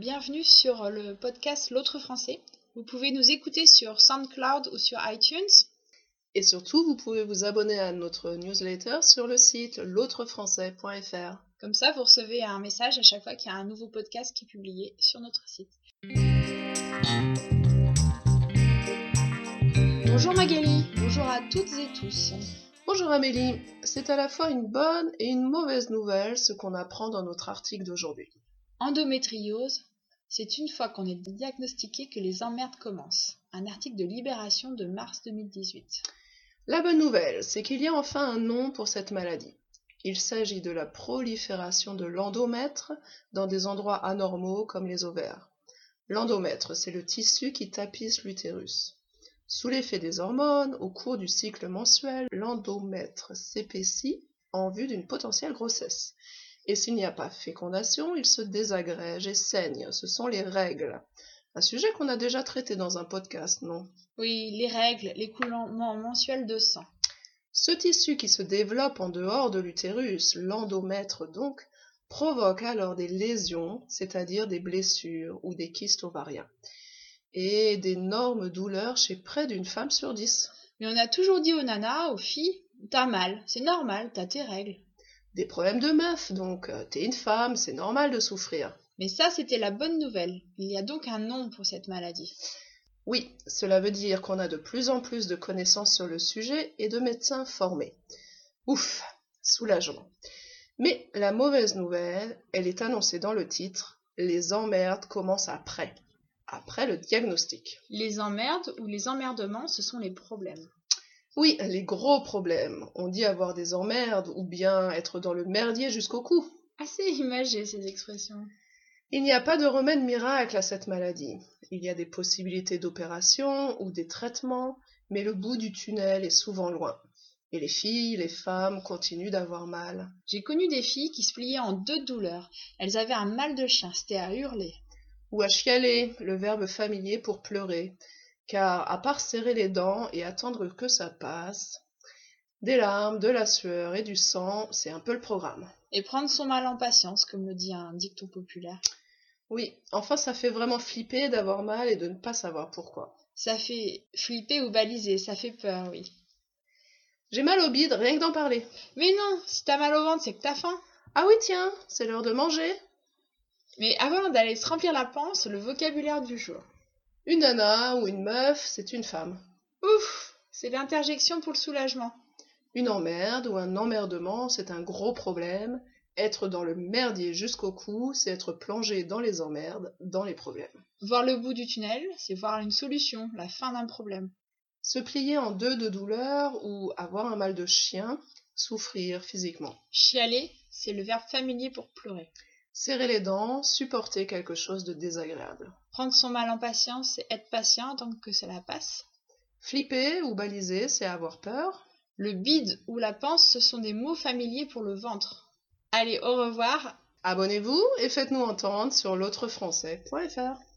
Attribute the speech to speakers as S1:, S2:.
S1: Bienvenue sur le podcast L'autre français. Vous pouvez nous écouter sur SoundCloud ou sur iTunes.
S2: Et surtout, vous pouvez vous abonner à notre newsletter sur le site l'autrefrançais.fr.
S1: Comme ça, vous recevez un message à chaque fois qu'il y a un nouveau podcast qui est publié sur notre site. Bonjour Magali, bonjour à toutes et tous.
S2: Bonjour Amélie, c'est à la fois une bonne et une mauvaise nouvelle ce qu'on apprend dans notre article d'aujourd'hui.
S1: Endométriose, c'est une fois qu'on est diagnostiqué que les emmerdes commencent. Un article de Libération de mars 2018.
S2: La bonne nouvelle, c'est qu'il y a enfin un nom pour cette maladie. Il s'agit de la prolifération de l'endomètre dans des endroits anormaux comme les ovaires. L'endomètre, c'est le tissu qui tapisse l'utérus. Sous l'effet des hormones, au cours du cycle mensuel, l'endomètre s'épaissit en vue d'une potentielle grossesse. Et s'il n'y a pas fécondation, il se désagrège et saigne. Ce sont les règles. Un sujet qu'on a déjà traité dans un podcast, non
S1: Oui, les règles, l'écoulement mensuel de sang.
S2: Ce tissu qui se développe en dehors de l'utérus, l'endomètre donc, provoque alors des lésions, c'est-à-dire des blessures ou des kystes ovariens, et d'énormes douleurs chez près d'une femme sur dix.
S1: Mais on a toujours dit aux nanas, aux filles, t'as mal, c'est normal, t'as tes règles.
S2: Des problèmes de meuf, donc euh, t'es une femme, c'est normal de souffrir.
S1: Mais ça, c'était la bonne nouvelle. Il y a donc un nom pour cette maladie.
S2: Oui, cela veut dire qu'on a de plus en plus de connaissances sur le sujet et de médecins formés. Ouf, soulagement. Mais la mauvaise nouvelle, elle est annoncée dans le titre Les emmerdes commencent après, après le diagnostic.
S1: Les emmerdes ou les emmerdements, ce sont les problèmes.
S2: Oui, les gros problèmes. On dit avoir des emmerdes ou bien être dans le merdier jusqu'au cou.
S1: Assez imagé ces expressions.
S2: Il n'y a pas de remède miracle à cette maladie. Il y a des possibilités d'opération ou des traitements, mais le bout du tunnel est souvent loin. Et les filles, les femmes continuent d'avoir mal.
S1: J'ai connu des filles qui se pliaient en deux douleurs. Elles avaient un mal de chien, c'était à hurler.
S2: Ou à chialer, le verbe familier pour pleurer. Car à part serrer les dents et attendre que ça passe, des larmes, de la sueur et du sang, c'est un peu le programme.
S1: Et prendre son mal en patience, comme le dit un dicton populaire.
S2: Oui, enfin ça fait vraiment flipper d'avoir mal et de ne pas savoir pourquoi.
S1: Ça fait flipper ou baliser, ça fait peur, oui.
S2: J'ai mal au bide, rien que d'en parler.
S1: Mais non, si t'as mal au ventre, c'est que t'as faim.
S2: Ah oui, tiens, c'est l'heure de manger.
S1: Mais avant d'aller se remplir la panse, le vocabulaire du jour.
S2: Une nana ou une meuf, c'est une femme.
S1: Ouf, c'est l'interjection pour le soulagement.
S2: Une emmerde ou un emmerdement, c'est un gros problème. Être dans le merdier jusqu'au cou, c'est être plongé dans les emmerdes, dans les problèmes.
S1: Voir le bout du tunnel, c'est voir une solution, la fin d'un problème.
S2: Se plier en deux de douleur ou avoir un mal de chien, souffrir physiquement.
S1: Chialer, c'est le verbe familier pour pleurer.
S2: Serrer les dents, supporter quelque chose de désagréable.
S1: Prendre son mal en patience, c'est être patient tant que cela passe.
S2: Flipper ou baliser, c'est avoir peur.
S1: Le bide ou la panse, ce sont des mots familiers pour le ventre. Allez, au revoir.
S2: Abonnez-vous et faites-nous entendre sur l'autrefrançais.fr.